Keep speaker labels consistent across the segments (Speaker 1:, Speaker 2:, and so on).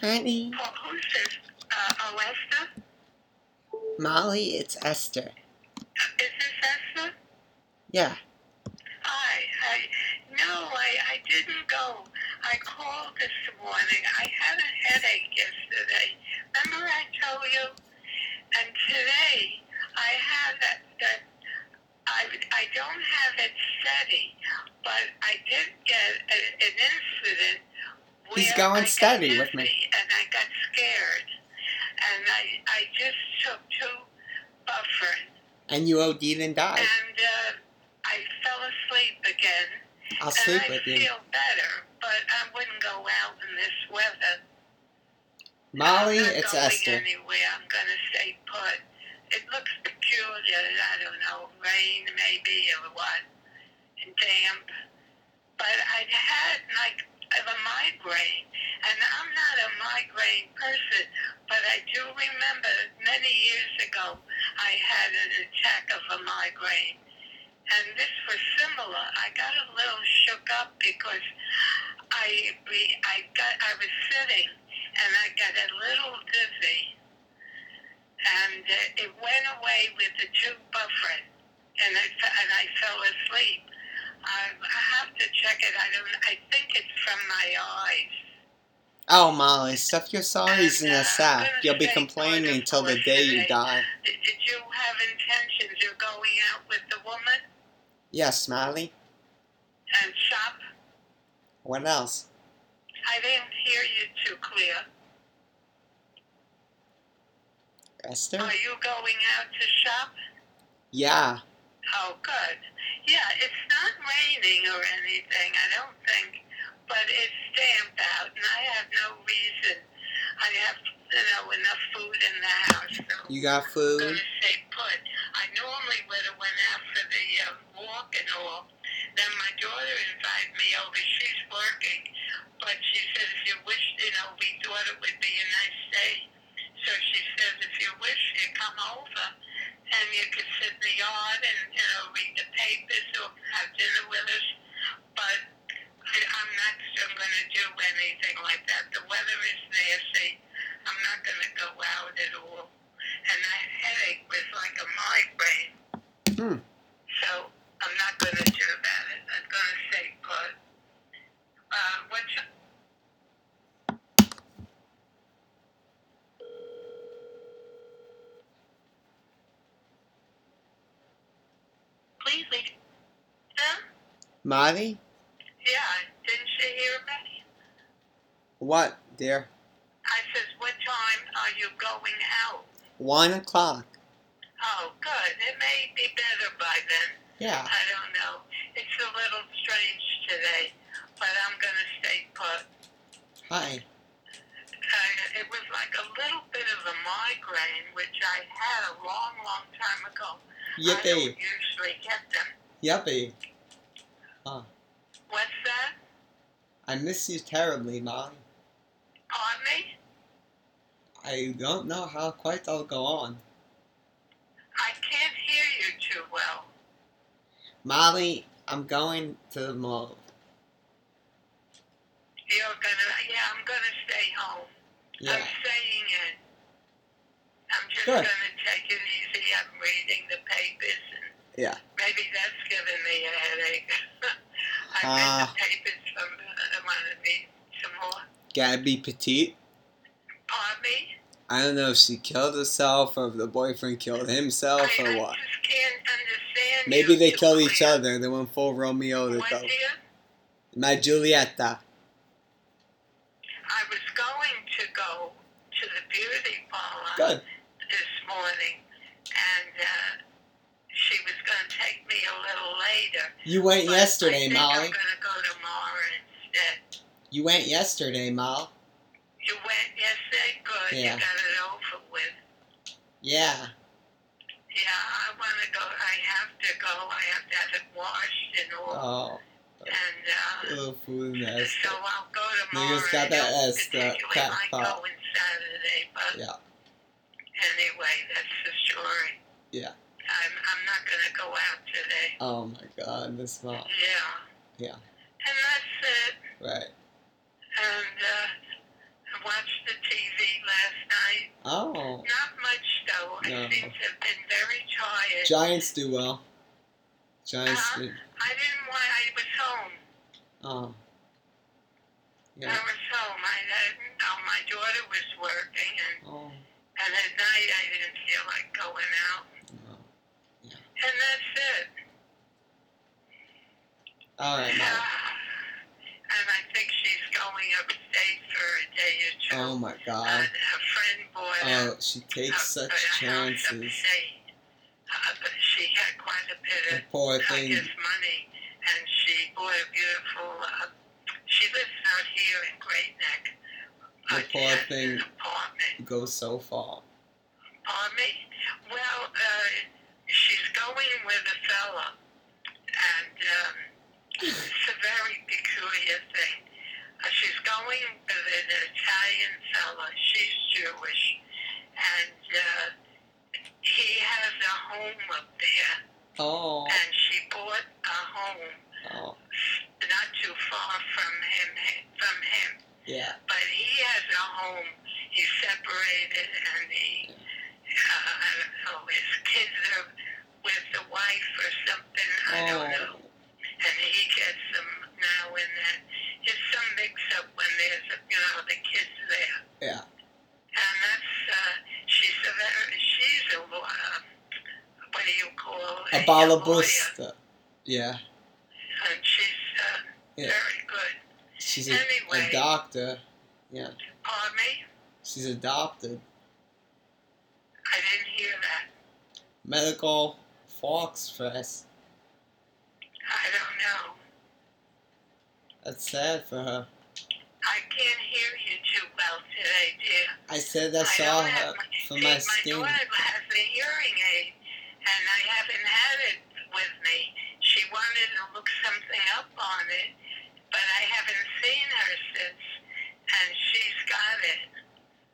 Speaker 1: Brittany.
Speaker 2: For whom says uh, oh, Esther?
Speaker 1: Molly, it's Esther.
Speaker 2: Is this Esther?
Speaker 1: Yeah.
Speaker 2: Hi. I, no, I, I didn't go. I called this morning. I had a headache yesterday. Remember I told you? And today I have that, that I, I don't have it steady, but I did get a, an incident where
Speaker 1: He's going
Speaker 2: I got
Speaker 1: steady with me.
Speaker 2: dizzy And I got scared. And I, I just took two bufferin.
Speaker 1: And you OD'd and died.
Speaker 2: And uh, I fell asleep again.
Speaker 1: I'll sleep
Speaker 2: and I
Speaker 1: with you.
Speaker 2: feel better, but I wouldn't go out in this weather.
Speaker 1: Molly,
Speaker 2: I'm not
Speaker 1: it's
Speaker 2: going
Speaker 1: Esther.
Speaker 2: Anywhere. I'm going to stay put. It looks peculiar. I don't know, rain maybe or what, and damp. But I've had like of a migraine, and I'm not a migraine person, but I do remember many years ago I had an attack of a migraine. And this was similar. I got a little shook up because I re- I got I was sitting and I got a little dizzy. And uh, it went away with the tube buffer, and I fe- and I fell asleep. I, I have to check it. I don't. I think it's from my eyes.
Speaker 1: Oh, Molly, stuff your sorries in
Speaker 2: And, uh,
Speaker 1: a sack.
Speaker 2: I'm
Speaker 1: You'll be
Speaker 2: gonna stay
Speaker 1: complaining
Speaker 2: put
Speaker 1: till the
Speaker 2: for
Speaker 1: day you
Speaker 2: today.
Speaker 1: die.
Speaker 2: Did, did you have intentions of going out with the woman
Speaker 1: Yes, Molly.
Speaker 2: and shop?
Speaker 1: What else?
Speaker 2: I didn't hear you too clear.
Speaker 1: Esther?
Speaker 2: Are you going out to shop?
Speaker 1: Yeah.
Speaker 2: Oh, good. Yeah, it's not raining or anything, I don't think, but it's damp out, and I have no reason. I have, you know, enough food in the house, so
Speaker 1: You
Speaker 2: I'm
Speaker 1: got food?
Speaker 2: gonna stay put. I normally would have went out for the uh, walk and all. Then my daughter invited me over. She's working, but she said if you wish, you know, we thought it would be a nice day. So she says if you wish, you come over and you could sit in the yard and you know read the papers or have dinner with us. But I, I'm not. I'm going to do anything like that. The weather is nasty. I'm not going to go out at all. And that headache was like a migraine.
Speaker 1: Hmm.
Speaker 2: So I'm not going to do that. I'm going to stay put. Uh, what's Please leave. Huh?
Speaker 1: Molly?
Speaker 2: Yeah, didn't she hear me?
Speaker 1: What, dear?
Speaker 2: I says, what time are you going out?
Speaker 1: One o'clock.
Speaker 2: Oh, good. It may be better by then.
Speaker 1: Yeah.
Speaker 2: I don't know. It's a little strange today, but I'm going to stay put.
Speaker 1: Hi.
Speaker 2: Uh, it was like a little bit of a migraine, which I had a long, long time ago. I
Speaker 1: Yippee.
Speaker 2: don't usually get them.
Speaker 1: Yuppie.
Speaker 2: What's that?
Speaker 1: I miss you terribly, Molly.
Speaker 2: Pardon me?
Speaker 1: I don't know how quite I'll go on.
Speaker 2: I can't hear you too well.
Speaker 1: Molly, I'm going to the mall.
Speaker 2: You're going to, yeah, I'm going to stay home.
Speaker 1: Yeah.
Speaker 2: I'm saying it. I'm just
Speaker 1: Good.
Speaker 2: going to take it easy. I'm reading the papers. And
Speaker 1: Yeah.
Speaker 2: Maybe that's giving me a headache. I read
Speaker 1: Ah.
Speaker 2: the papers from, I want to read some more.
Speaker 1: Gabby Petite.
Speaker 2: Pardon me?
Speaker 1: I don't know if she killed herself or if the boyfriend killed himself
Speaker 2: I,
Speaker 1: or
Speaker 2: I
Speaker 1: Oh, what.
Speaker 2: just can't understand
Speaker 1: Maybe
Speaker 2: you
Speaker 1: they
Speaker 2: too
Speaker 1: killed each
Speaker 2: clear.
Speaker 1: other. They went full Romeo to
Speaker 2: What,
Speaker 1: go.
Speaker 2: dear?
Speaker 1: My Julieta.
Speaker 2: I was going to go to the beauty parlor.
Speaker 1: Good.
Speaker 2: this morning, and uh, she was going to take me a little later.
Speaker 1: You went
Speaker 2: but
Speaker 1: yesterday,
Speaker 2: I think
Speaker 1: Molly.
Speaker 2: I'm going to go tomorrow instead.
Speaker 1: You went yesterday, Molly.
Speaker 2: You went yesterday, good.
Speaker 1: Yeah.
Speaker 2: You got it over with.
Speaker 1: Yeah.
Speaker 2: Yeah, I want to go. I have to go. I have to have it washed and all.
Speaker 1: Oh,
Speaker 2: And uh,
Speaker 1: little food and that
Speaker 2: so
Speaker 1: stuff.
Speaker 2: I'll go tomorrow.
Speaker 1: Niggas got
Speaker 2: I
Speaker 1: that
Speaker 2: don't
Speaker 1: ass, that
Speaker 2: particularly
Speaker 1: cat
Speaker 2: like
Speaker 1: pop.
Speaker 2: going Saturday, but
Speaker 1: Yeah.
Speaker 2: anyway, that's the story.
Speaker 1: Yeah.
Speaker 2: I'm, I'm not going to go out today.
Speaker 1: Oh my god, this mom.
Speaker 2: Yeah.
Speaker 1: Yeah.
Speaker 2: And that's it.
Speaker 1: Right.
Speaker 2: And uh, I watch the TV
Speaker 1: No.
Speaker 2: Not much though. I
Speaker 1: No.
Speaker 2: seem to have been very tired.
Speaker 1: Giants do well. Giants.
Speaker 2: Uh-huh.
Speaker 1: Did,
Speaker 2: I didn't want. I was home.
Speaker 1: oh.
Speaker 2: I
Speaker 1: Yeah.
Speaker 2: was home. I didn't know my daughter was working, and,
Speaker 1: Oh.
Speaker 2: and at night I didn't feel like going out.
Speaker 1: No.
Speaker 2: And that's it.
Speaker 1: All right. Mom.
Speaker 2: and I think she's going upstate for a day or two.
Speaker 1: Oh my God.
Speaker 2: and her friend bought a-
Speaker 1: Oh, she takes
Speaker 2: a-
Speaker 1: such
Speaker 2: a house
Speaker 1: chances.
Speaker 2: upstate. Uh, but she had quite a bit of
Speaker 1: The
Speaker 2: I
Speaker 1: poor thing.
Speaker 2: guess money, and she bought a beautiful. Uh, she lives out here in Great Neck.
Speaker 1: The
Speaker 2: Uh, she
Speaker 1: poor
Speaker 2: has
Speaker 1: thing.
Speaker 2: An apartment.
Speaker 1: Goes so far.
Speaker 2: Pardon me? Well, uh, she's going with a fella, and um, it's a very peculiar thing. Uh, she's going with an Italian fella. She's Jewish, and uh, he has a home up there,
Speaker 1: Oh.
Speaker 2: and she bought a home
Speaker 1: Oh.
Speaker 2: not too far from him. From him,
Speaker 1: Yeah.
Speaker 2: but he has a home. He's separated, and he, uh, I don't know, his kids are with the wife or something. I don't know.
Speaker 1: Oh.
Speaker 2: And he gets them now and then. It's some mix-up when there's, a, you know, the kids there.
Speaker 1: Yeah.
Speaker 2: And that's uh, she's a very, she's a wa- um, what do you call
Speaker 1: A
Speaker 2: lawyer.
Speaker 1: balabusta. Yeah.
Speaker 2: And she's uh,
Speaker 1: Yeah.
Speaker 2: very good.
Speaker 1: She's a,
Speaker 2: Anyway.
Speaker 1: a doctor.
Speaker 2: Pardon me?
Speaker 1: She's adopted.
Speaker 2: I didn't hear that.
Speaker 1: Medical fox fest.
Speaker 2: I don't know.
Speaker 1: That's sad for her.
Speaker 2: I can't hear you too well today, dear.
Speaker 1: I said I
Speaker 2: I
Speaker 1: saw
Speaker 2: don't
Speaker 1: her
Speaker 2: have my,
Speaker 1: for
Speaker 2: see,
Speaker 1: my
Speaker 2: My
Speaker 1: skin.
Speaker 2: daughter has a hearing aid, and I haven't had it with me. She wanted to look something up on it, but I haven't seen her since, and she's got it.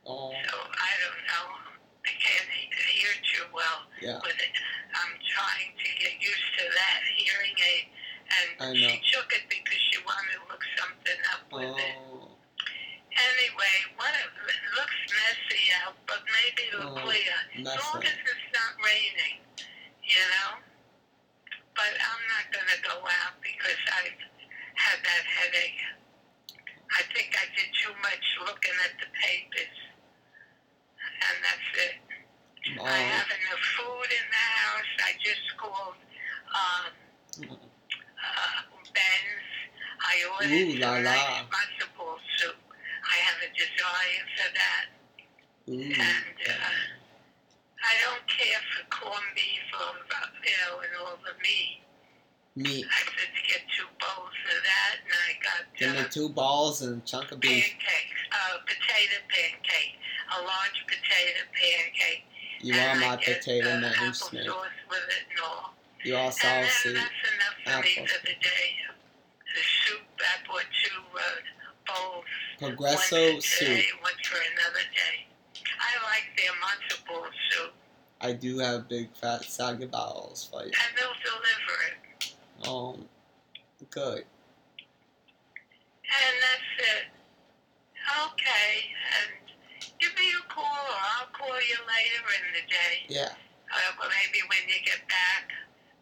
Speaker 1: Oh,
Speaker 2: So I don't know. I can't he- hear too well
Speaker 1: yeah.
Speaker 2: with it. I'm trying to get used to that hearing aid, and
Speaker 1: I
Speaker 2: she
Speaker 1: know.
Speaker 2: took it because she wanted to look something up with
Speaker 1: Oh,
Speaker 2: it. Anyway, what it looks messy out, but maybe it'll
Speaker 1: Oh,
Speaker 2: clear. As
Speaker 1: mess
Speaker 2: long
Speaker 1: up.
Speaker 2: as it's not raining, you know. But I'm not gonna go out because I've had that headache. I think I did too much looking at the papers, and that's it. I
Speaker 1: Oh,
Speaker 2: have enough food in the house. I just called um, uh, Ben's. I ordered
Speaker 1: Ooh, la
Speaker 2: some
Speaker 1: la.
Speaker 2: nice matzo soup. I have a desire for that.
Speaker 1: ooh.
Speaker 2: And uh, I don't care for corned beef or, uh, you know, and all the meat.
Speaker 1: Meat.
Speaker 2: I just get two bowls of that, and I got
Speaker 1: Give me
Speaker 2: uh,
Speaker 1: two balls and a chunk of beef.
Speaker 2: pancakes, uh, potato pancake, a large potato pancake.
Speaker 1: You
Speaker 2: and
Speaker 1: are
Speaker 2: I
Speaker 1: my
Speaker 2: get,
Speaker 1: potato
Speaker 2: uh,
Speaker 1: man, Smith.
Speaker 2: Applesauce with it and all.
Speaker 1: You are
Speaker 2: And then
Speaker 1: saucy.
Speaker 2: that's enough for me
Speaker 1: Apple.
Speaker 2: for the day. The soup, I bought two uh, bowls. one
Speaker 1: Progresso
Speaker 2: for today,
Speaker 1: soup.
Speaker 2: one for another day. I like their matzo ball soup,
Speaker 1: I do have big fat soggy balls for you.
Speaker 2: and they'll deliver it.
Speaker 1: Oh, good.
Speaker 2: And that's it. Okay, and give me a call, or I'll call you later in the day.
Speaker 1: Yeah.
Speaker 2: Uh, well, maybe when you get back.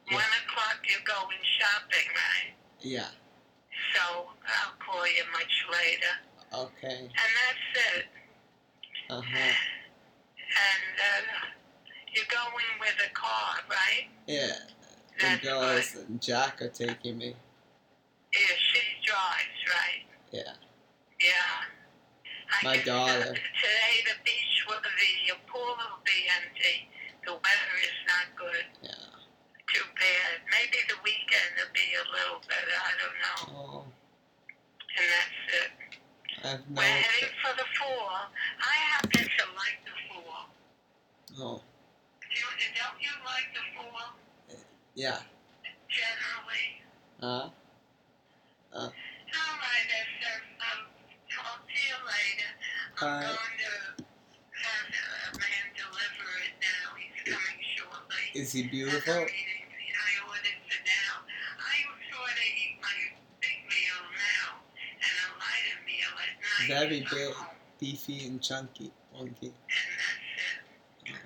Speaker 1: Yeah.
Speaker 2: One o'clock, you're going shopping, right?
Speaker 1: Yeah.
Speaker 2: So I'll call you much later.
Speaker 1: Okay.
Speaker 2: And that's it.
Speaker 1: Uh huh.
Speaker 2: And uh, you're going with a car, right?
Speaker 1: Yeah. The
Speaker 2: That's
Speaker 1: girls and Jack are taking me.
Speaker 2: good. Yeah, she drives, right?
Speaker 1: Yeah.
Speaker 2: Yeah. I
Speaker 1: My
Speaker 2: guess, uh,
Speaker 1: daughter.
Speaker 2: Today the beach will be, the pool will be empty. The weather is not good.
Speaker 1: Yeah.
Speaker 2: Too bad. Maybe the weekend will be a little better. I don't know.
Speaker 1: Oh,
Speaker 2: And that's it.
Speaker 1: I have no.
Speaker 2: We're heading for the fall. I happen to like the fall.
Speaker 1: Oh,
Speaker 2: Do, don't you like the fall
Speaker 1: yeah.
Speaker 2: generally?
Speaker 1: Huh?
Speaker 2: All right, Esther. Um, I'll see you later.
Speaker 1: All
Speaker 2: I'm
Speaker 1: right.
Speaker 2: going to have a man deliver it now. He's coming shortly.
Speaker 1: Is he
Speaker 2: And I'm
Speaker 1: beautiful?
Speaker 2: eating, I ordered for now. I sort of eat my big meal now and a lighter meal at night.
Speaker 1: Very
Speaker 2: from
Speaker 1: big.
Speaker 2: home,
Speaker 1: Beefy and chunky. Chunky.
Speaker 2: And that's it.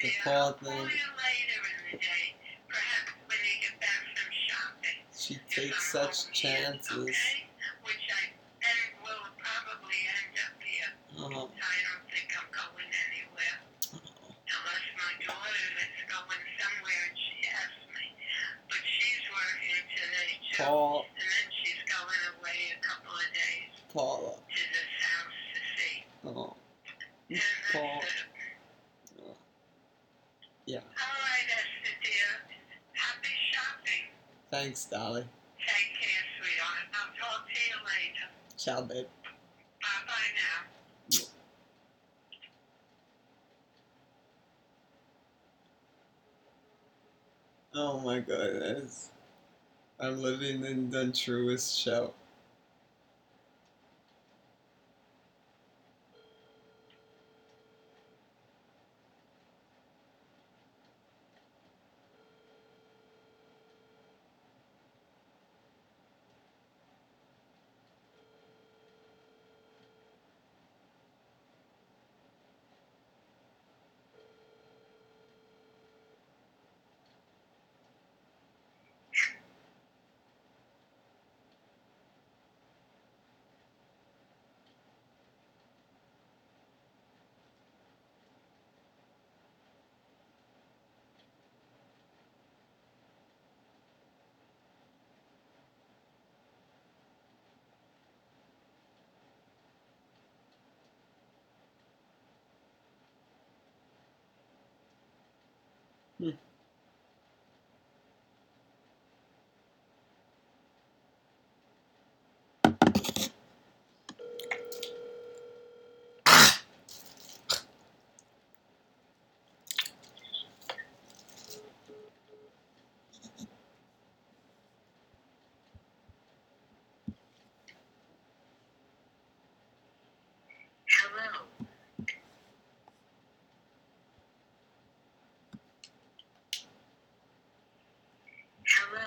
Speaker 1: department.
Speaker 2: Or later in the day, perhaps when you get back from shopping.
Speaker 1: She
Speaker 2: if I'm
Speaker 1: takes
Speaker 2: home
Speaker 1: such
Speaker 2: here,
Speaker 1: chances.
Speaker 2: Okay? Which I and will probably end up here.
Speaker 1: Oh,
Speaker 2: I don't think I'm going anywhere. Unless my daughter is going somewhere and she asks me. But she's working today too.
Speaker 1: Paul,
Speaker 2: And then she's going away a couple of days
Speaker 1: Paula.
Speaker 2: to this house to see.
Speaker 1: Oh,
Speaker 2: And that's
Speaker 1: Paul.
Speaker 2: it.
Speaker 1: Yeah.
Speaker 2: All right, Esther dear. Happy shopping.
Speaker 1: Thanks, Dolly.
Speaker 2: Take care, sweetheart. I'll talk to you later.
Speaker 1: Ciao, babe.
Speaker 2: Bye bye now.
Speaker 1: Oh my god, that's. I'm living in the truest show.
Speaker 2: Hello. Hello.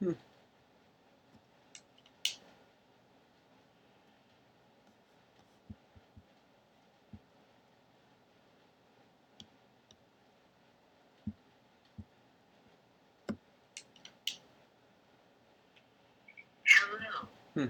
Speaker 1: Hmm.
Speaker 2: Hello.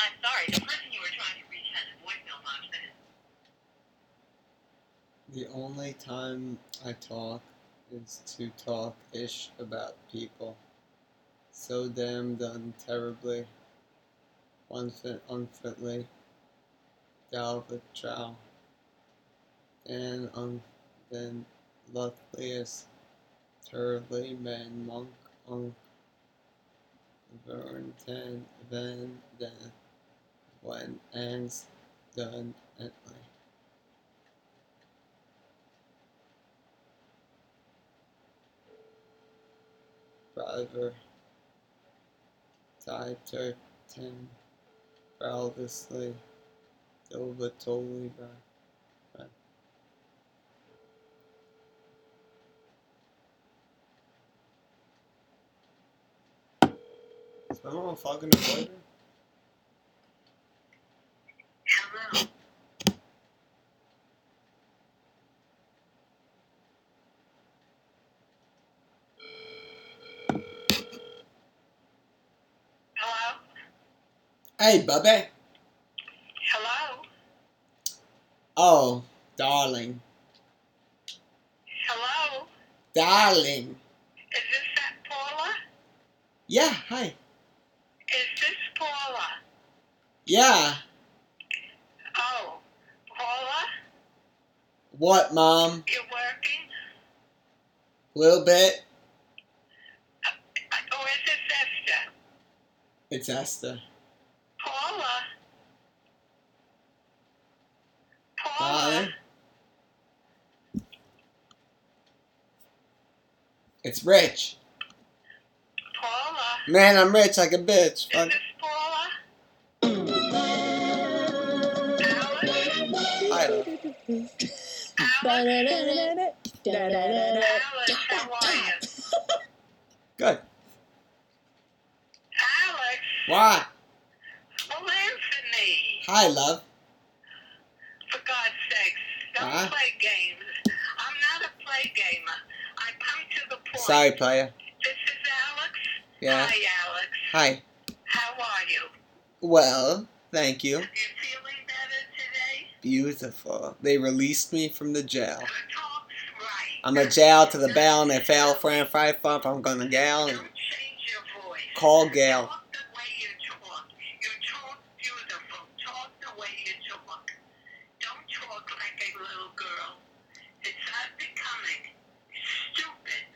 Speaker 2: I'm sorry, the person you were trying to reach has a voicemail box that is
Speaker 1: The only time I talk is to talk ish about people. So damn done terribly, unfit, unfitly, Dalva Chow, and um, then luckless, terribly man monk, unc, Vern Tan, Van, Den, when ends done at my Driver, Ty Turton, Valdisley, Dilva Toliva. Is my mom fucking a waiter?
Speaker 2: Hello. Hello?
Speaker 1: Hey, Bubby!
Speaker 2: Hello?
Speaker 1: Oh, darling.
Speaker 2: Hello?
Speaker 1: Darling!
Speaker 2: Is this that Paula?
Speaker 1: Yeah, hi.
Speaker 2: Is this Paula?
Speaker 1: Yeah.
Speaker 2: Oh, Paula,
Speaker 1: What, Mom?
Speaker 2: you're working?
Speaker 1: Little bit?
Speaker 2: Oh, is this Esther?
Speaker 1: It's Esther.
Speaker 2: Paula? Paula?
Speaker 1: Darling? It's Rich.
Speaker 2: Paula?
Speaker 1: Man, I'm rich like a bitch.
Speaker 2: Is
Speaker 1: Fuck.
Speaker 2: this Paula? Alice?
Speaker 1: I don't.
Speaker 2: Alice? Alice, how are you?
Speaker 1: Good.
Speaker 2: Alex,
Speaker 1: Why?
Speaker 2: well, answer me.
Speaker 1: Hi, love.
Speaker 2: For God's sakes, don't
Speaker 1: Huh?
Speaker 2: play games. I'm not a play gamer. I come to the point.
Speaker 1: Sorry, player.
Speaker 2: This is Alex.
Speaker 1: Yeah.
Speaker 2: Hi, Alex.
Speaker 1: Hi.
Speaker 2: How are you?
Speaker 1: Well, thank
Speaker 2: You
Speaker 1: you.
Speaker 2: feeling better today?
Speaker 1: Beautiful. They released me from the jail.
Speaker 2: The talk's right.
Speaker 1: Oh. I'm a jail to the bell and a foul fran fry fump. I'm gonna gal and
Speaker 2: Don't change your voice.
Speaker 1: call gal.
Speaker 2: Talk the way you talk. You talk beautiful. Talk the way you talk. Don't talk like a little girl. It's not becoming. Stupid.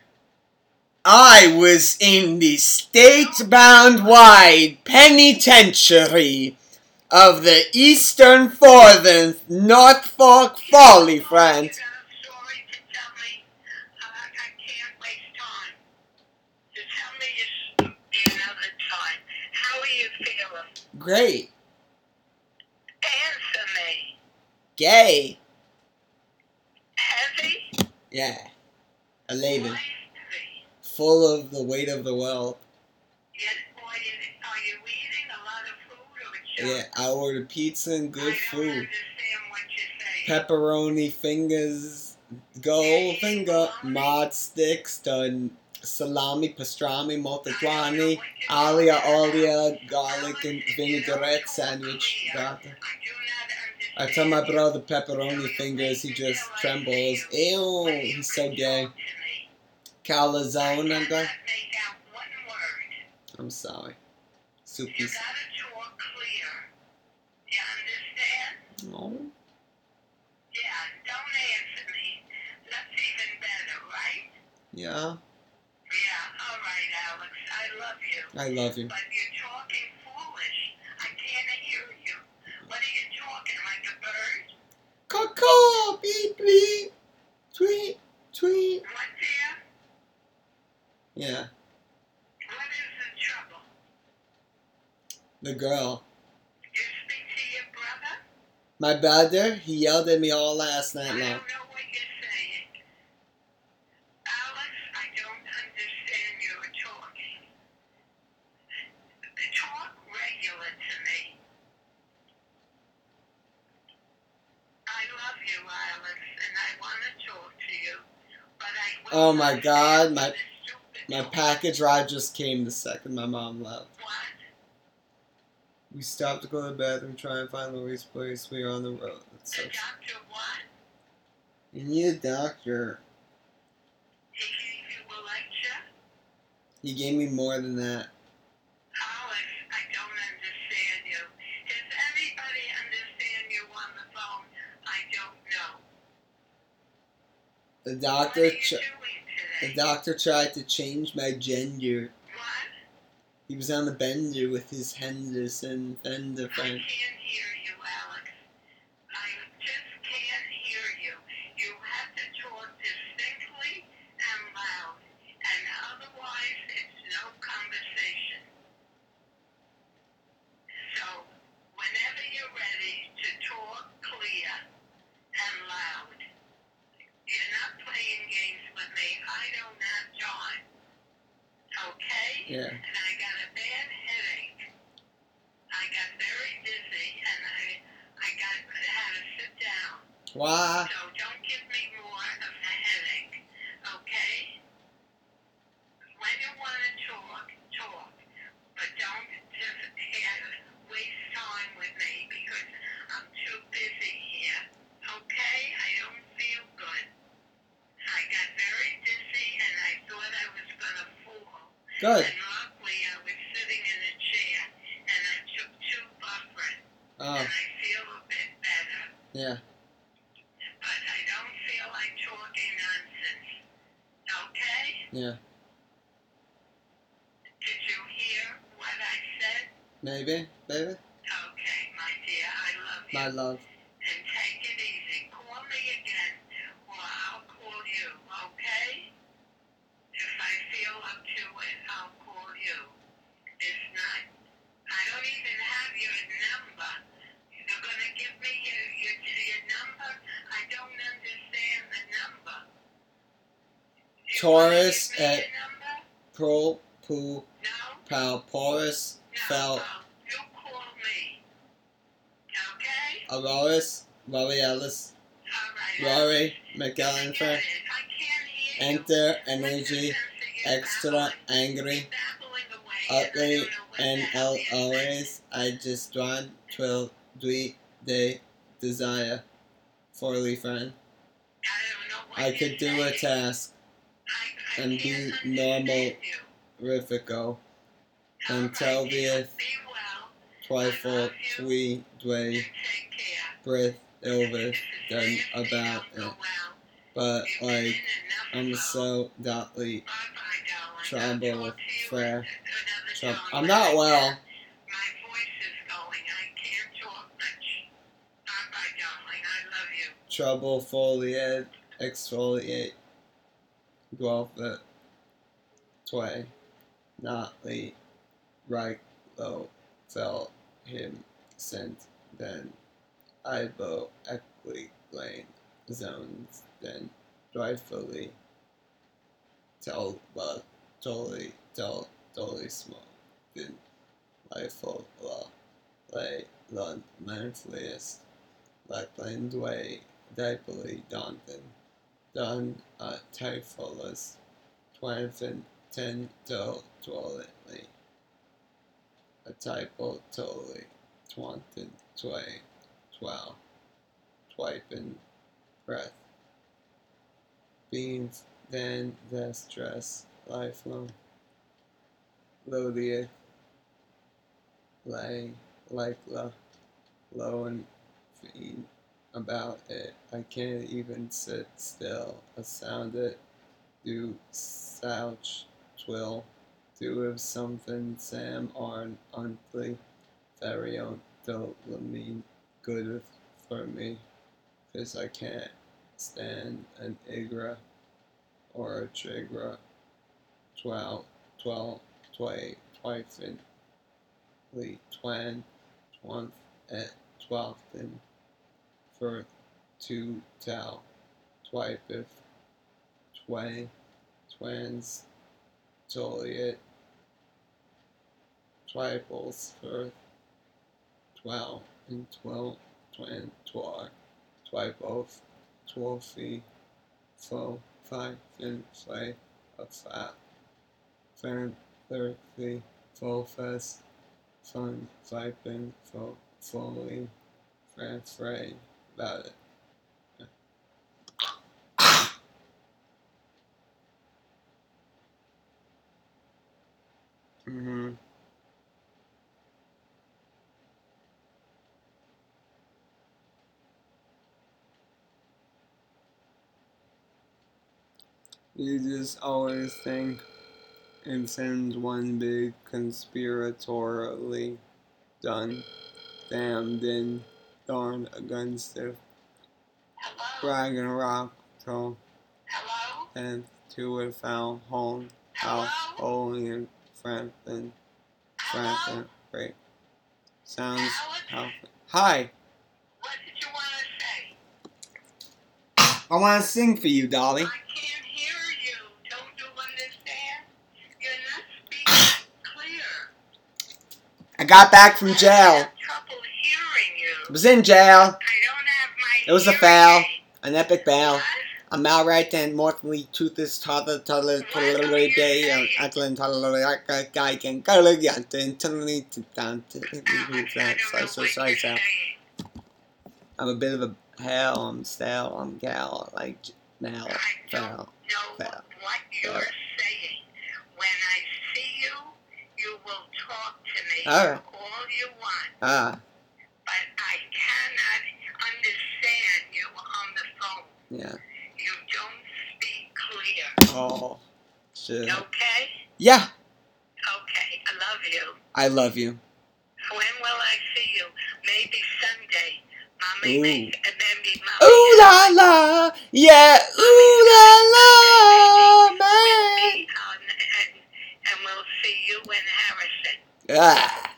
Speaker 1: I was in the state-bound wide penitentiary of the Eastern Northern North Fork Folly, friends.
Speaker 2: You got a story to tell me? Uh, I can't waste time. Just tell me your story another time. How are you feeling?
Speaker 1: Great.
Speaker 2: Answer me.
Speaker 1: Gay.
Speaker 2: Heavy?
Speaker 1: Yeah. A laven.
Speaker 2: Why
Speaker 1: Full of the weight of the world.
Speaker 2: Yes, boy, you- are you eating a lot of food or junk?
Speaker 1: Yeah, I ordered pizza and good
Speaker 2: I don't
Speaker 1: food.
Speaker 2: understand what you're saying.
Speaker 1: Pepperoni fingers, gold finger, mod sticks, done salami, pastrami, multiplani, alia, olia, garlic and vinaigrette sandwich. Got
Speaker 2: I do
Speaker 1: it.
Speaker 2: not understand.
Speaker 1: I tell my brother pepperoni fingers, he just trembles. Ew, he's so gay. Calzone,
Speaker 2: Zone
Speaker 1: I'm
Speaker 2: under.
Speaker 1: going. I'm sorry.
Speaker 2: You
Speaker 1: Soupies.
Speaker 2: gotta talk clear. You understand?
Speaker 1: Oh.
Speaker 2: Yeah, don't answer me. That's even better, right?
Speaker 1: Yeah,
Speaker 2: Yeah, all right, Alex. I love you.
Speaker 1: I love you.
Speaker 2: But you're talking foolish. I can't hear you. What are you talking like a bird?
Speaker 1: Caw-caw, beep, beep, tweet, tweet.
Speaker 2: What dear?
Speaker 1: Yeah,
Speaker 2: What is the trouble?
Speaker 1: the girl.
Speaker 2: You speak to your brother?
Speaker 1: My brother, he yelled at me all last
Speaker 2: I
Speaker 1: night long.
Speaker 2: don't know what you're saying. Alex, I don't understand your talking. Talk regular to me. I love you, Alex, and I want to talk to you, but I will
Speaker 1: Oh, my
Speaker 2: not
Speaker 1: God,
Speaker 2: stand for
Speaker 1: my-
Speaker 2: this stupid
Speaker 1: My
Speaker 2: talk.
Speaker 1: package ride just came the second my mom left.
Speaker 2: What?
Speaker 1: We stopped to go to the bathroom, try and find Louis' place. We are on the road. It's so
Speaker 2: The doctor what?
Speaker 1: you need a doctor.
Speaker 2: He gave you a lecture?
Speaker 1: He gave me more than that.
Speaker 2: Alex, I don't understand you. Does anybody understand you on the phone? I don't know.
Speaker 1: The
Speaker 2: What
Speaker 1: doctor,
Speaker 2: are you
Speaker 1: tr-
Speaker 2: doing
Speaker 1: the
Speaker 2: today?
Speaker 1: doctor tried to change my gender.
Speaker 2: What?
Speaker 1: He was on the bender with his Henderson Fender
Speaker 2: I
Speaker 1: fan.
Speaker 2: can't hear you, Alex. I just can't hear you. You have to talk distinctly and loud, and otherwise it's no conversation. So, whenever you're ready to talk clear and loud, you're not playing games with me. I don't have time. Okay?
Speaker 1: Yeah.
Speaker 2: and I got a bad headache. I got very dizzy, and I I got had to sit down.
Speaker 1: Why?
Speaker 2: So don't give me more of a headache, okay? When you want to talk, talk, but don't just have, waste time with me because I'm too busy here, okay? I don't feel good. I got very dizzy, and I thought I was gonna fall.
Speaker 1: Good.
Speaker 2: And luckily, I was sitting in a chair, and I took two buffers. and I
Speaker 1: Oh,
Speaker 2: feel a bit better,
Speaker 1: yeah.
Speaker 2: but I don't feel like talking nonsense. Okay?
Speaker 1: Yeah.
Speaker 2: Did you hear what I said?
Speaker 1: Maybe, baby.
Speaker 2: Okay, my dear, I love you.
Speaker 1: My love.
Speaker 2: and take it easy. Call me again, or I'll call you, okay? If I feel up to it, I'll call you. If not, I don't even have your number. You're gonna give me your your, your number? I don't understand the number. You wanna give
Speaker 1: Taurus
Speaker 2: me
Speaker 1: at-
Speaker 2: your number?
Speaker 1: Pro, poo,
Speaker 2: No,
Speaker 1: pow, porous,
Speaker 2: no,
Speaker 1: fel,
Speaker 2: no. You call me. Okay?
Speaker 1: auroras, L'Orealis,
Speaker 2: All right. I'll
Speaker 1: Rory, McAllister, Enter Energy, Extra, Angry, Utley, and L always, I just drawn, twill, dwee, day, desire. Forley friend. I could do a task, and be normal Rifico, and tell the trifle, twee, dway, breath, over, done about it. But like, I'm so dotly trouble, fair, trouble. I'm not well.
Speaker 2: My voice is going. I can't talk much. Bye-bye, darling. I love you.
Speaker 1: Trouble, foliate, exfoliate, guava, tway, notly, right, low, fell, him, sent, then, ibo, equi, lane, zones, then, rightfully, tell, but, totally, tell, totally, small, then, rifle, law, lay, lun, mindfulness, like blind way, diapoli Donathan, Don uh, Typholus, Twanfin, Ten Dol Dwalitly, a typo Toli, Twantin, Tway, Twow, Twipin, Breath, Beans, Then, the stress, Lifelong, Lodieth, Lay, Likela, Lowen, fiend about it. I can't even sit still. I sound it. Do slouch, twill. Do of something, Sam Arn, Untley, Therion, Dolamine, good for me. Cause I can't stand an Igra or a Trigra. Twelve, twelve, tway, twifin, lee, twan, twanth, et, twelfth, for to tell twipeth tway twins Joliet triples for twelve and twelve twin twar twipoth twelfy fo five and play a fat fan thirty fo fest fun fiping fo folly fran fray about it. hmm You just always think and send one big conspiratorially done, damned in, darned against it,
Speaker 2: Hello?
Speaker 1: bragging rock till
Speaker 2: Hello?
Speaker 1: and to a foul home house
Speaker 2: Hello?
Speaker 1: holy and Franklin
Speaker 2: Hello?
Speaker 1: Franklin right sounds
Speaker 2: Alex,
Speaker 1: how Hi,
Speaker 2: what did you want to say?
Speaker 1: I wanna sing for you, Dolly.
Speaker 2: I can't hear you. Don't you understand? You're not speaking clear.
Speaker 1: I got back from
Speaker 2: I
Speaker 1: jail.
Speaker 2: have trouble hearing
Speaker 1: I
Speaker 2: you.
Speaker 1: was in jail.
Speaker 2: I don't have my
Speaker 1: It was a
Speaker 2: hearing
Speaker 1: foul.
Speaker 2: aid.
Speaker 1: An epic bail.
Speaker 2: What?
Speaker 1: I'm outright and mortally toothless toddler toddler toddler day and ugly toddler guy can go again and totally to down to
Speaker 2: I don't know
Speaker 1: Mm-hmm, so
Speaker 2: what
Speaker 1: sorry
Speaker 2: you're
Speaker 1: so
Speaker 2: saying.
Speaker 1: I'm a bit of a hell, I'm stale, I'm gal, like j- now
Speaker 2: I don't
Speaker 1: foul.
Speaker 2: know
Speaker 1: Foul.
Speaker 2: what you're saying. When I see you, you will talk to me
Speaker 1: All right.
Speaker 2: all you want,
Speaker 1: Ah,
Speaker 2: but
Speaker 1: Yeah.
Speaker 2: You don't speak clear.
Speaker 1: Oh. Shit.
Speaker 2: Okay?
Speaker 1: Yeah.
Speaker 2: Okay. I love you.
Speaker 1: I love you.
Speaker 2: When will I see you? Maybe Sunday. Mommy
Speaker 1: Ooh.
Speaker 2: makes and then me mommy.
Speaker 1: Ooh la la. Yeah. Ooh la la. Man.
Speaker 2: Be on and, and we'll see you in Harrison.
Speaker 1: Ah.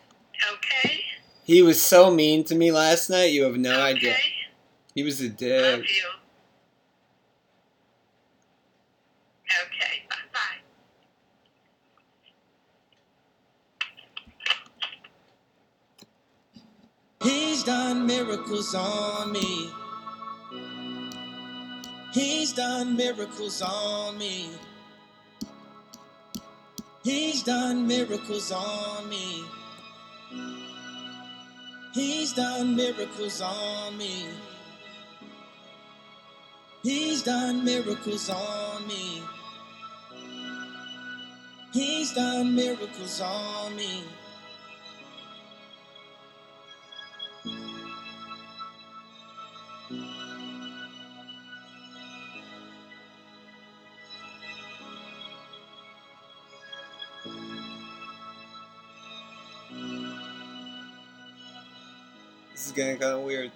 Speaker 2: Okay?
Speaker 1: He was so mean to me last night. You have no idea.
Speaker 2: okay?
Speaker 1: He was a
Speaker 2: Love
Speaker 1: dick.
Speaker 2: you. Okay. Bye bye.
Speaker 3: He's done miracles on me. He's done miracles on me. He's done miracles on me. He's done miracles on me. He's done miracles on me. He's done miracles on me.
Speaker 1: This is gonna go weird.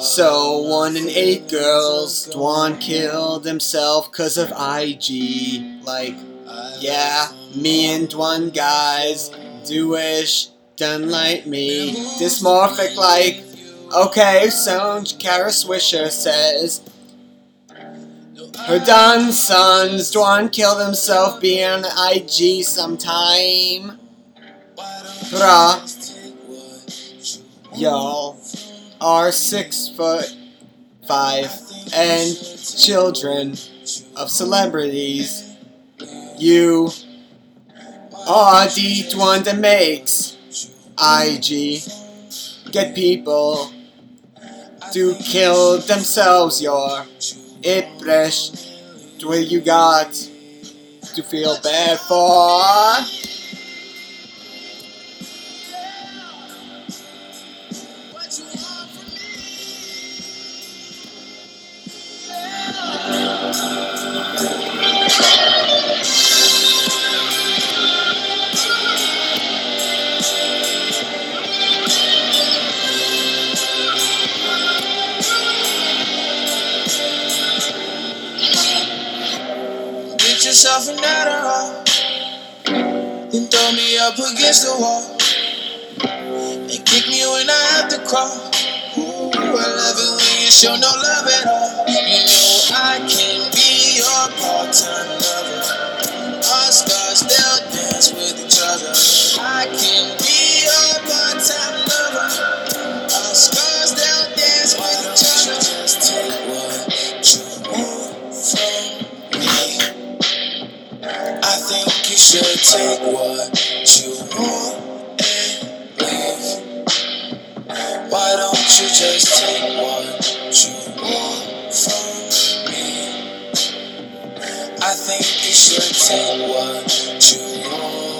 Speaker 1: So one in eight girls, Dwan killed himself 'cause of IG. Like, yeah, me and Dwan guys, Jewish, done like me, dysmorphic like. oh, Okay, so Kara Swisher says her done sons, Dwan killed himself being on IG sometime.
Speaker 3: Bruh.
Speaker 1: Y'all are six foot five and children of celebrities. You are the one that makes IG get people to kill themselves. Your Ipresh, what you got to feel bad for?
Speaker 3: Get yourself an Adderall, then throw me up against the wall, and kick me when I have to crawl. Ooh, I love it when you show no love at all. You know I can be your part-time lover. Our stars they'll dance with each other. I can be your part-time lover. Our stars they'll dance with each other. Just take what you want from me. I think you should take what you want and leave. Why don't you just take what you want from me? I think you should take what you want.